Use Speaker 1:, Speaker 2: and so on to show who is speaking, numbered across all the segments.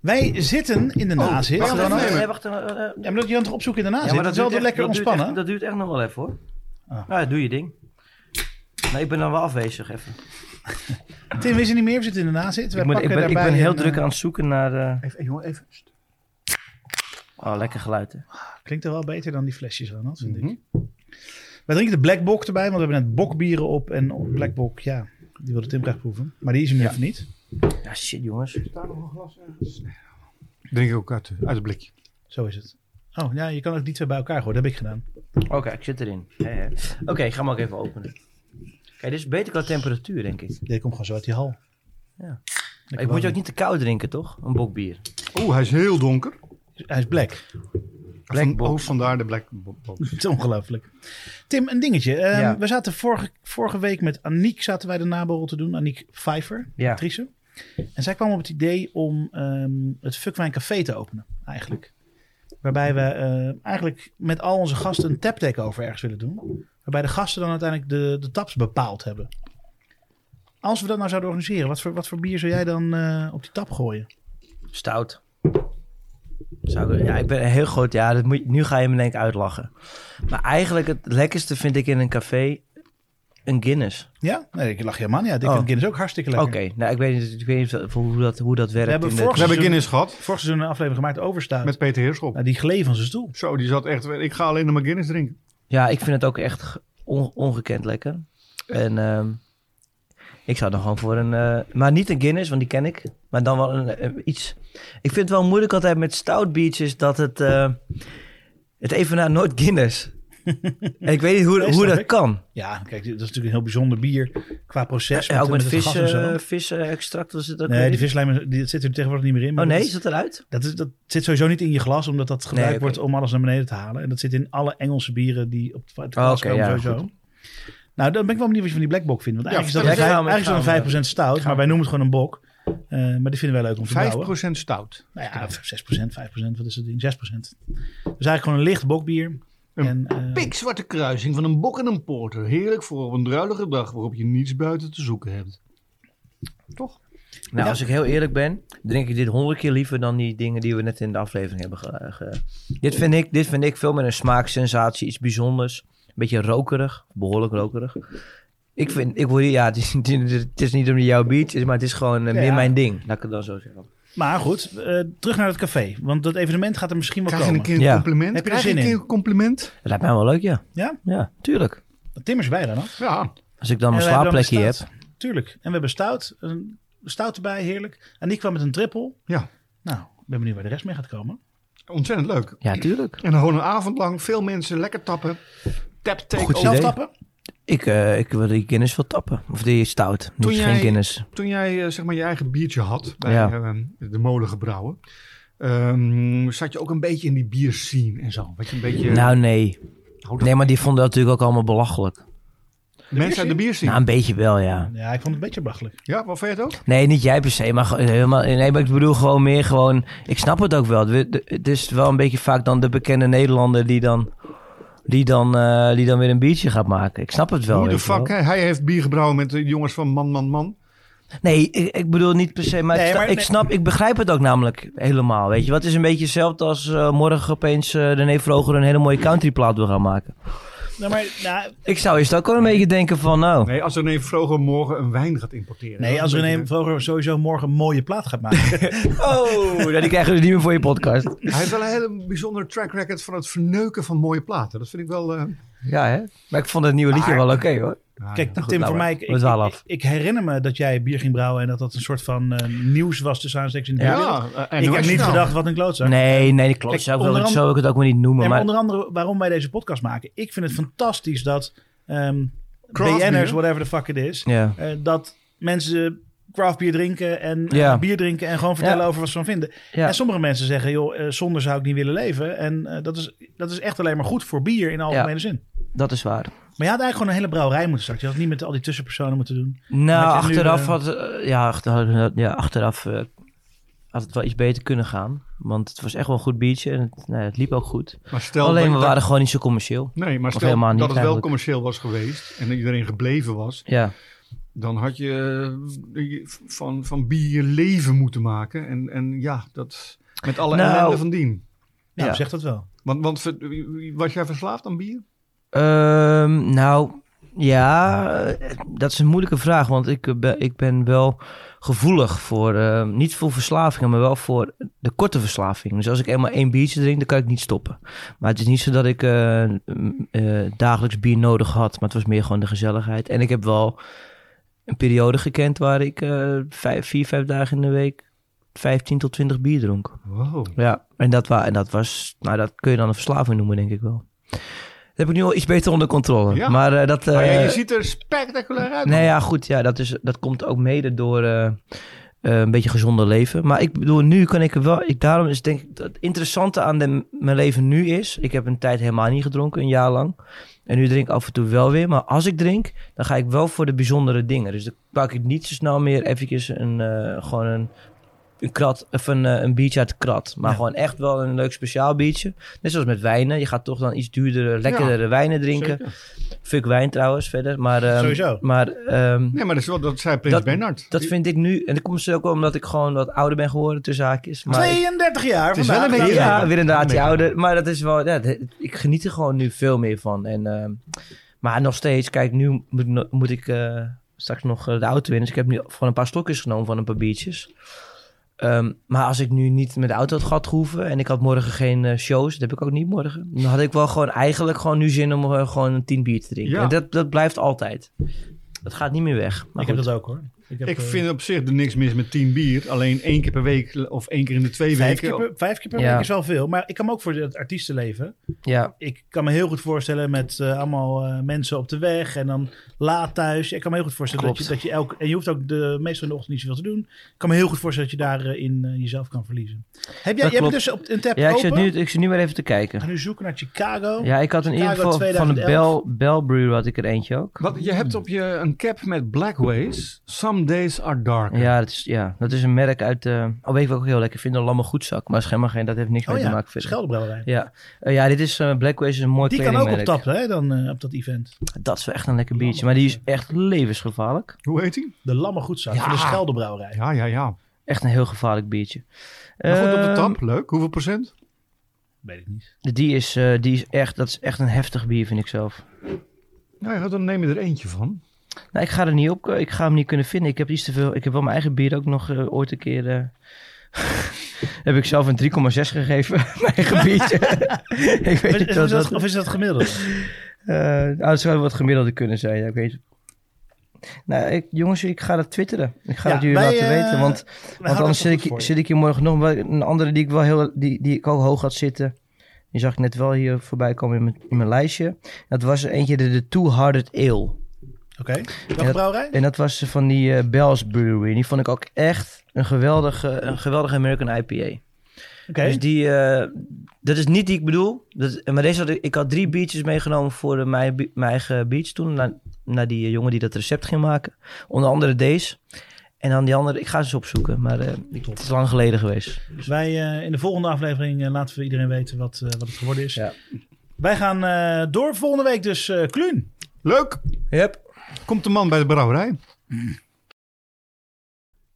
Speaker 1: Wij zitten in de nazit.
Speaker 2: wacht,
Speaker 1: Ja,
Speaker 2: wacht,
Speaker 1: maar
Speaker 2: nemen.
Speaker 3: nee, Oh, wacht, eh, eh, ja, maar
Speaker 1: dat je aan het opzoeken in de nazit. dat is
Speaker 3: duurt
Speaker 1: wel
Speaker 3: echt-
Speaker 1: lekker
Speaker 3: dat duurt
Speaker 1: ontspannen.
Speaker 3: echt- Dat duurt echt nog wel even hoor.
Speaker 1: Ah.
Speaker 3: Nou, ja, doe je ding. Nee, ik ben dan wel afwezig even.
Speaker 1: Tim, we zijn niet meer. We zitten in de nazit. Wij
Speaker 3: Ik, moet- ik
Speaker 1: pakken
Speaker 3: ben, ik
Speaker 1: daarbij
Speaker 3: ben heel
Speaker 1: een,
Speaker 3: druk
Speaker 1: eh,
Speaker 3: aan het zoeken naar... eh,
Speaker 2: Even, jongen, even. Sst.
Speaker 3: Oh, lekker geluid hè.
Speaker 1: Klinkt er wel beter dan die flesjes aan, vind
Speaker 2: Mhm.
Speaker 1: ik. Wij drinken de Black Bok erbij, want we hebben net bokbieren op. En op Black Bok, ja, die wilde Tim graag proeven. Maar die is er nu even niet.
Speaker 3: Ja, shit jongens.
Speaker 2: Staat nog een glas ergens? Drink ik ook uit, uit het blikje.
Speaker 1: Zo is het. Oh, ja, je kan ook die twee bij elkaar gooien. Dat heb ik gedaan.
Speaker 3: Oké, ik zit erin. Hè, hè. Oké, ik ga hem ook even openen. Kijk, dit is beter qua temperatuur, denk ik.
Speaker 1: Dit komt gewoon zo uit die hal.
Speaker 3: Ja.
Speaker 1: Lekker
Speaker 3: Ik moet je ook
Speaker 1: warm.
Speaker 3: niet te koud drinken, toch? Een bok bier.
Speaker 2: Oeh, hij is heel donker.
Speaker 1: Hij is black.
Speaker 2: Van,
Speaker 3: box.
Speaker 2: oh, vandaar de black bo- box.
Speaker 1: Het is ongelooflijk. Tim, een dingetje. Ehm,
Speaker 3: Ja.
Speaker 1: We zaten vorige, vorige week met Aniek zaten wij de naborrel te doen. Aniek Pfeiffer,
Speaker 3: Ja.
Speaker 1: actrice. En zij kwam op het idee om ehm, het Fukwijn Café te openen, eigenlijk. Waarbij we eh, eigenlijk met al onze gasten een tap takeover ergens willen doen. Waarbij de gasten dan uiteindelijk de, de taps bepaald hebben. Als we dat nou zouden organiseren, wat voor, wat voor bier zou jij dan eh, op die tap gooien?
Speaker 3: Stout. Zou ik- ja, ik ben een heel groot. Ja, dat moet, je- nu ga je me denk ik uitlachen. Maar eigenlijk het lekkerste vind ik in een café een Guinness.
Speaker 1: Ja? Nee, ik lach helemaal niet uit. Ik
Speaker 3: Oh.
Speaker 1: vind Guinness ook hartstikke
Speaker 3: Oké,
Speaker 1: lekker.
Speaker 3: nou ik weet niet, ik weet niet of- hoe, dat, hoe dat werkt.
Speaker 1: hebben
Speaker 3: in de-
Speaker 1: vorig-
Speaker 2: We hebben Guinness gehad
Speaker 1: Vorig seizoen een aflevering gemaakt over stout.
Speaker 2: met Peter Heerschop.
Speaker 1: Nou, die gleed van zijn stoel.
Speaker 2: Zo, die zat echt... Ik ga alleen nog maar Guinness drinken.
Speaker 3: Ja, ik vind het ook echt ge- on- ongekend lekker. En ehm, ik zou dan gewoon voor een... eh, maar niet een Guinness, want die ken ik. Maar dan wel een, eh, iets... Ik vind het wel moeilijk altijd met stout beach is dat het... eh het evenaar nooit Guinness. en ik weet niet hoe,
Speaker 1: Nee,
Speaker 3: hoe
Speaker 1: snap
Speaker 3: dat
Speaker 1: ik.
Speaker 3: kan.
Speaker 1: Ja, kijk, dit- dat is natuurlijk een heel bijzonder bier qua proces.
Speaker 3: Ja, ook met,
Speaker 1: het gas en
Speaker 3: vis,
Speaker 1: zo.
Speaker 3: eh, vis, eh, extract was het ook
Speaker 1: nee,
Speaker 3: weer
Speaker 1: die
Speaker 3: in?
Speaker 1: vislijm eh, die, dat zit er tegenwoordig niet meer in. maar
Speaker 3: Oh nee,
Speaker 1: dat,
Speaker 3: is
Speaker 1: is-
Speaker 3: dat eruit?
Speaker 1: dat, is, dat zit sowieso niet in je glas, omdat dat gebruikt
Speaker 3: Nee, oké.
Speaker 1: wordt om alles naar beneden te halen. En dat zit in alle Engelse bieren die op het het
Speaker 3: Oh,
Speaker 1: glas
Speaker 3: oké,
Speaker 1: komen
Speaker 3: ja,
Speaker 1: sowieso. Nou, dan ben ik wel benieuwd wat je van die black bok vindt. Want
Speaker 2: Ja,
Speaker 1: eigenlijk is
Speaker 3: vertel
Speaker 1: dat een,
Speaker 3: eens.
Speaker 1: vijf- eigenlijk is dat
Speaker 3: Gaan we-
Speaker 1: een 5% stout, maar wij noemen het gewoon een bok. Eh, maar die vinden wij leuk om te bouwen.
Speaker 2: 5% stout.
Speaker 1: Nou ja, 6%, 5%, wat is dat ding? 6%. Dus eigenlijk gewoon een licht bokbier.
Speaker 2: Een
Speaker 1: en, eh,
Speaker 2: Pikzwarte kruising van een bok en een porter. Heerlijk voor op een druilige dag waarop je niets buiten te zoeken hebt. Toch?
Speaker 3: Nou,
Speaker 1: Ja.
Speaker 3: als ik heel eerlijk ben, drink ik dit honderd keer liever dan die dingen die we net in de aflevering hebben ge- ge- Dit vind ik, dit vind ik veel meer een smaaksensatie, iets bijzonders. Een beetje rokerig, behoorlijk rokerig. Ik vind, ik wil, ja, het is, het is niet om jouw beach, maar het is gewoon eh,
Speaker 1: Ja,
Speaker 3: meer
Speaker 1: ja.
Speaker 3: mijn ding. Laat ik het dan zo zeggen.
Speaker 1: Maar goed, eh, terug naar het café. Want dat evenement gaat er misschien wel
Speaker 2: Krijg je
Speaker 1: komen.
Speaker 2: een keer een
Speaker 3: Ja.
Speaker 2: compliment?
Speaker 1: Heb je er
Speaker 2: Krijg je
Speaker 1: zin
Speaker 2: een keer
Speaker 1: in?
Speaker 2: een compliment?
Speaker 3: Dat lijkt mij wel leuk, ja.
Speaker 1: Ja?
Speaker 3: Ja, tuurlijk.
Speaker 1: Timmers bij dan. hè?
Speaker 2: Ja.
Speaker 3: Als ik dan
Speaker 1: En
Speaker 3: mijn
Speaker 1: wij hebben dan
Speaker 3: slaapplekje
Speaker 1: de
Speaker 3: heb.
Speaker 1: stout. Tuurlijk. En we hebben stout. Een stout erbij, heerlijk. En die kwam met een trippel.
Speaker 2: Ja.
Speaker 1: Nou, ik ben benieuwd waar de rest mee gaat komen.
Speaker 2: Ontzettend leuk.
Speaker 3: Ja, tuurlijk.
Speaker 2: En dan gewoon een avond lang veel mensen lekker tappen. Tap, take
Speaker 3: Goed
Speaker 2: over.
Speaker 1: Zelf
Speaker 3: idee.
Speaker 1: tappen?
Speaker 3: Ik, eh, ik wil die Guinness wel tappen. Of die stout. Niet,
Speaker 2: Toen
Speaker 3: geen
Speaker 2: jij-
Speaker 3: Guinness.
Speaker 2: Toen jij eh, zeg maar je eigen biertje had bij
Speaker 3: Ja.
Speaker 2: eh, de molengebrouwen. ehm, zat je ook een beetje in die bierscene en zo? Wat je een beetje...
Speaker 3: Nou, nee.
Speaker 2: Hou dat-
Speaker 3: Nee, maar die vonden dat natuurlijk ook allemaal belachelijk.
Speaker 2: mensen uit de bierscene.
Speaker 3: Nou, een beetje wel, ja.
Speaker 1: Ja, ik vond het een beetje belachelijk.
Speaker 2: Ja, wat vind je het ook?
Speaker 3: Nee, niet jij per se, maar gewoon helemaal. Nee, maar ik bedoel gewoon meer gewoon. Ik snap het ook wel. We- de- Het is wel een beetje vaak dan de bekende Nederlander die dan. Die dan, eh, die dan weer een biertje gaat maken. Ik snap het wel.
Speaker 2: Hoe de
Speaker 3: weet je
Speaker 2: fuck?
Speaker 3: wel.
Speaker 2: hè? Hij heeft bier gebrouwen met de jongens van Man, Man, Man.
Speaker 3: Nee, ik, ik bedoel niet per se. Maar,
Speaker 1: Nee,
Speaker 3: ik, snap,
Speaker 1: maar-
Speaker 3: ik snap, ik begrijp het ook namelijk helemaal. Weet je, wat is een beetje hetzelfde als eh, morgen opeens de René Vroger een hele mooie countryplaat wil gaan maken.
Speaker 1: Nou, maar, nou,
Speaker 3: Ik zou eerst ook wel een beetje denken van, nou.
Speaker 2: Nee, als René Vroger morgen een wijn gaat importeren.
Speaker 1: nee,
Speaker 2: Dat
Speaker 1: als
Speaker 2: is een
Speaker 1: René
Speaker 2: beetje-
Speaker 1: Vroger sowieso morgen een mooie plaat gaat maken.
Speaker 3: Oh, nou, die krijgen we dus niet meer voor je podcast.
Speaker 2: Hij heeft wel een hele bijzondere track record van het verneuken van mooie platen. Dat vind ik wel... eh,
Speaker 3: Ja, hè? Maar ik vond het nieuwe liedje wel oké hoor.
Speaker 2: nou,
Speaker 1: Kijk,
Speaker 3: goed,
Speaker 1: Tim,
Speaker 3: nou,
Speaker 1: voor
Speaker 3: maar
Speaker 1: mij... Ik,
Speaker 3: we dwalen
Speaker 1: ik,
Speaker 3: af.
Speaker 1: ik herinner me dat jij bier ging brouwen en dat dat een soort van eh, nieuws was tussen aanstekens in de
Speaker 2: ja.
Speaker 1: wereld.
Speaker 2: Ja, eh,
Speaker 1: Ik
Speaker 2: NOS
Speaker 1: heb niet
Speaker 2: nou.
Speaker 1: gedacht wat een klootzak.
Speaker 3: Nee, nee, klopt.
Speaker 1: Kijk,
Speaker 3: Zo wil
Speaker 1: onder
Speaker 3: ik,
Speaker 1: andere-
Speaker 3: zo wil ik het ook weer niet noemen.
Speaker 1: Nee, maar
Speaker 3: maar
Speaker 1: onder andere waarom wij deze podcast maken. Ik vind het fantastisch dat ehm
Speaker 2: Craft
Speaker 1: BN'ers,
Speaker 2: beer.
Speaker 1: whatever the fuck it is,
Speaker 3: Ja.
Speaker 1: eh, dat mensen craft bier drinken en eh,
Speaker 3: Ja.
Speaker 1: bier drinken en gewoon vertellen
Speaker 3: Ja.
Speaker 1: over wat ze van vinden.
Speaker 3: Ja.
Speaker 1: En sommige mensen zeggen, joh, eh, zonder zou ik niet willen leven. En eh, dat, is, dat is echt alleen maar goed voor bier in de algemene zin.
Speaker 3: Dat is waar.
Speaker 1: Maar je had eigenlijk gewoon een hele brouwerij moeten starten. Je had het niet met al die tussenpersonen moeten doen.
Speaker 3: Nou,
Speaker 1: Maar ik heb nu,
Speaker 3: achteraf
Speaker 1: eh,
Speaker 3: had, eh, ja, achter, ja, achteraf eh, had het wel iets beter kunnen gaan. Want het was echt wel een goed biertje en het, nou, het liep ook goed.
Speaker 2: Maar stel
Speaker 3: Alleen we
Speaker 2: dat-
Speaker 3: waren gewoon niet zo commercieel.
Speaker 2: Nee,
Speaker 3: Of
Speaker 2: maar stel dat
Speaker 3: helemaal
Speaker 2: het
Speaker 3: niet
Speaker 2: wel
Speaker 3: eigenlijk.
Speaker 2: commercieel was geweest en dat iedereen gebleven was,
Speaker 3: Ja,
Speaker 2: Dan had je eh, van, van bier je leven moeten maken. En, en ja, dat met alle
Speaker 3: Nou.
Speaker 2: ellende van dien.
Speaker 1: Nou,
Speaker 3: Ja.
Speaker 1: zegt dat wel.
Speaker 2: Want, want ver- was jij verslaafd aan bier?
Speaker 3: Ehm, nou, ja, eh, dat is een moeilijke vraag. Want ik, eh, ben- ik ben wel gevoelig voor, eh, niet voor verslavingen, maar wel voor de korte verslaving. Dus als ik eenmaal één biertje drink, dan kan ik niet stoppen. Maar het is niet zo dat ik eh, m, eh, dagelijks bier nodig had. Maar het was meer gewoon de gezelligheid. En ik heb wel een periode gekend waar ik eh, vijf, vier, vijf dagen in de week 15 tot 20 bier dronk.
Speaker 2: Wow.
Speaker 3: Ja, en dat, wa en dat was, nou dat kun je dan een verslaving noemen, denk ik wel. Dat heb ik nu al iets beter onder controle.
Speaker 2: Ja.
Speaker 3: Maar eh, dat.
Speaker 2: maar ja,
Speaker 3: eh,
Speaker 2: je ziet er spectaculair uit.
Speaker 3: nee,
Speaker 2: man.
Speaker 3: ja, goed. Ja, dat, is, dat komt ook mede door eh, eh, een beetje gezonder leven. Maar ik bedoel, nu kan ik er wel. Ik, daarom is denk ik dat het interessante aan de, mijn leven nu is. Ik heb een tijd helemaal niet gedronken, een jaar lang. En nu drink ik af en toe wel weer. Maar als ik drink, dan ga ik wel voor de bijzondere dingen. Dus dan pak ik niet zo snel meer eventjes een, eh, gewoon een, een krat of een, eh, een biertje uit de krat. Maar
Speaker 1: Ja.
Speaker 3: gewoon echt wel een leuk speciaal biertje. Net zoals met wijnen. Je gaat toch dan iets duurdere, lekkerdere wijnen drinken.
Speaker 2: Zeker.
Speaker 3: Fuck wijn trouwens verder. Maar, ehm,
Speaker 1: Sowieso.
Speaker 3: Maar ehm,
Speaker 2: Nee, maar dat, is wel, dat zei Prins
Speaker 3: Dat-
Speaker 2: Bernard.
Speaker 3: dat vind ik nu. En dat komt dus ook wel omdat ik gewoon wat ouder ben geworden tussen haakjes. Maar ik-
Speaker 1: 32 jaar
Speaker 2: is
Speaker 1: vandaag.
Speaker 2: wel een beetje-
Speaker 3: ja,
Speaker 2: Ja,
Speaker 3: weer inderdaad die
Speaker 2: ja.
Speaker 3: ouder. Maar dat is wel. Ja, dat- ik geniet er gewoon nu veel meer van. En, ehm, maar nog steeds, kijk, nu moet, no- moet ik eh, straks nog eh, de auto in. Dus ik heb nu gewoon een paar stokjes genomen van een paar biertjes. Ehm, maar als ik nu niet met de auto had gehad hoeven en ik had morgen geen eh, shows, dat heb ik ook niet morgen. Dan had ik wel gewoon eigenlijk gewoon nu zin om eh, gewoon een tien bier te drinken.
Speaker 2: Ja.
Speaker 3: En dat, dat blijft altijd. Dat gaat niet meer weg. Maar
Speaker 1: ik
Speaker 3: goed.
Speaker 1: heb dat ook hoor. heb,
Speaker 2: Ik
Speaker 1: eh,
Speaker 2: vind op zich er niks mis met 10 bier. Alleen één keer per week of één keer in de twee
Speaker 1: vijf
Speaker 2: weken.
Speaker 1: keer per, vijf keer per
Speaker 3: Ja.
Speaker 1: week is wel veel. Maar ik kan me ook voor het artiestenleven.
Speaker 3: Ja,
Speaker 1: Ik kan me heel goed voorstellen met eh, allemaal eh, mensen op de weg en dan laat thuis. Ik kan me heel goed voorstellen dat je,
Speaker 3: Klopt.
Speaker 1: dat je elk. En je hoeft ook de meestal in de ochtend niet zoveel te doen. Ik kan me heel goed voorstellen dat je daarin eh, jezelf kan verliezen. Heb jij,
Speaker 3: Dat
Speaker 1: je hebt
Speaker 3: klopt.
Speaker 1: dus op een tab
Speaker 3: ja ik,
Speaker 1: open.
Speaker 3: zit nu, ik zit nu maar even te
Speaker 1: Ik
Speaker 3: kijken.
Speaker 1: ga nu zoeken naar Chicago.
Speaker 3: Ja, ik had in ieder
Speaker 1: Chicago
Speaker 3: geval van de
Speaker 1: 2011.
Speaker 3: Bell, Bell Brewer had ik er eentje ook.
Speaker 2: Wat, je hebt op je een cap met Black Ways. Some days are dark.
Speaker 3: Ja dat, is, ja, dat is een merk uit... eh oh, weet ik wat ik ook heel lekker vind? Een lamme goedzak. Maar schijnbaar geen, dat heeft niks
Speaker 1: oh
Speaker 3: mee te
Speaker 1: ja,
Speaker 3: maken verder.
Speaker 1: Scheldebrouwerij.
Speaker 3: Ja. Eh, ja, dit is eh Blackways, is een mooi
Speaker 1: Die kan ook op
Speaker 3: kledingmerk.
Speaker 1: tap, hè, dan eh, op dat event.
Speaker 3: Dat is wel echt een lekker biertje. Maar die is echt levensgevaarlijk.
Speaker 2: Hoe heet die?
Speaker 1: De Lamme Goedzak
Speaker 2: Ja.
Speaker 1: van de Scheldebrouwerij.
Speaker 2: Ja, ja, ja.
Speaker 3: Echt een heel gevaarlijk biertje.
Speaker 2: Maar goed, op de
Speaker 3: Ehm,
Speaker 2: tap. Leuk. Hoeveel procent?
Speaker 1: Weet ik niet.
Speaker 3: Die is, eh, die is echt, dat is echt een heftig bier, vind ik zelf.
Speaker 2: Nou ja, dan neem je er eentje van.
Speaker 3: Nou, ik ga er niet op. Ik ga hem niet kunnen vinden. Ik heb iets te veel. Ik heb wel mijn eigen bier ook nog eh, ooit een keer. eh, heb ik zelf een 3,6 gegeven. mijn eigen biertje. ik weet
Speaker 1: Is,
Speaker 3: niet
Speaker 1: is
Speaker 3: wat
Speaker 1: dat,
Speaker 3: dat.
Speaker 1: of is dat gemiddeld?
Speaker 3: eh nou, het zou wat gemiddelde kunnen zijn. Ja, ik weet nou, ik, jongens, ik ga dat twitteren. Ik ga
Speaker 1: Ja,
Speaker 3: het jullie
Speaker 1: wij,
Speaker 3: laten
Speaker 1: eh,
Speaker 3: weten. Want, want anders zit ik, zit ik hier morgen nog. wel- Een andere die ik, wel heel, die, die ik ook hoog had zitten. Die zag ik net wel hier voorbij komen in mijn, in mijn lijstje. Dat was er eentje, de, de Two Hearted Ale.
Speaker 1: Oké. Welke
Speaker 3: Ja.
Speaker 1: brouwerij?
Speaker 3: En dat was van die eh Bell's Brewery. Die vond ik ook echt een geweldige, een geweldige American IPA.
Speaker 1: Oké.
Speaker 3: Dus die, eh, dat is niet die ik bedoel. Dat, maar deze had ik, ik had drie biertjes meegenomen voor eh, mijn, bi- mijn eigen biertje toen. Naar, naar die eh, jongen die dat recept ging maken. Onder andere deze. En dan die andere, ik ga ze eens opzoeken. Maar eh, ik- het is lang geleden geweest.
Speaker 1: Wij eh, in de volgende aflevering eh, laten we iedereen weten wat, eh, wat het geworden is.
Speaker 3: Ja.
Speaker 1: Wij gaan eh, door volgende week dus eh Kluun.
Speaker 2: Leuk.
Speaker 3: Yep.
Speaker 2: Komt de man bij de brouwerij.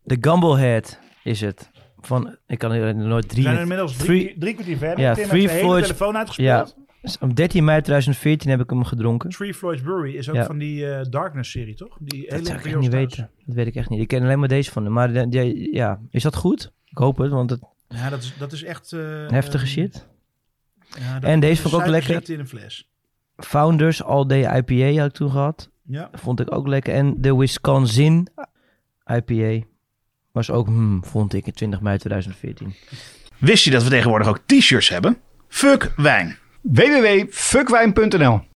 Speaker 3: De Gumblehead is het. Van, ik kan er nooit
Speaker 1: We
Speaker 3: drie.
Speaker 1: zijn inmiddels drie,
Speaker 3: Three-
Speaker 1: drie, kwartier verder.
Speaker 3: Ja,
Speaker 1: Tim
Speaker 3: Three
Speaker 1: heeft de hele
Speaker 3: Floyds-
Speaker 1: telefoon
Speaker 3: Ja.
Speaker 1: uitgespeeld.
Speaker 3: Op 13 mei 2014 heb ik hem gedronken.
Speaker 1: Three Floyds Brewery is ook
Speaker 3: Ja.
Speaker 1: van die eh, Darkness-serie, toch? Die
Speaker 3: Dat
Speaker 1: hele
Speaker 3: zou ik echt
Speaker 1: Imperial
Speaker 3: niet
Speaker 1: Stouts.
Speaker 3: weten. Dat weet ik echt niet. Ik ken alleen maar deze van hem. Maar de- die- ja, is dat goed? Ik hoop het, want het
Speaker 1: Ja, dat is, dat is echt... eh,
Speaker 3: heftige
Speaker 1: eh,
Speaker 3: shit.
Speaker 1: ja, dat-
Speaker 3: En deze vond ik ook
Speaker 1: suikerziekte
Speaker 3: lekker.
Speaker 1: in een fles.
Speaker 3: Founders All Day IPA had ik toen gehad.
Speaker 1: Ja.
Speaker 3: Vond ik ook lekker. En de Wisconsin IPA was ook, hmm, vond ik, in 20 mei 2014.
Speaker 1: Wist je dat we tegenwoordig ook t-shirts hebben? Fuck wijn.
Speaker 2: www.fuckwijn.nl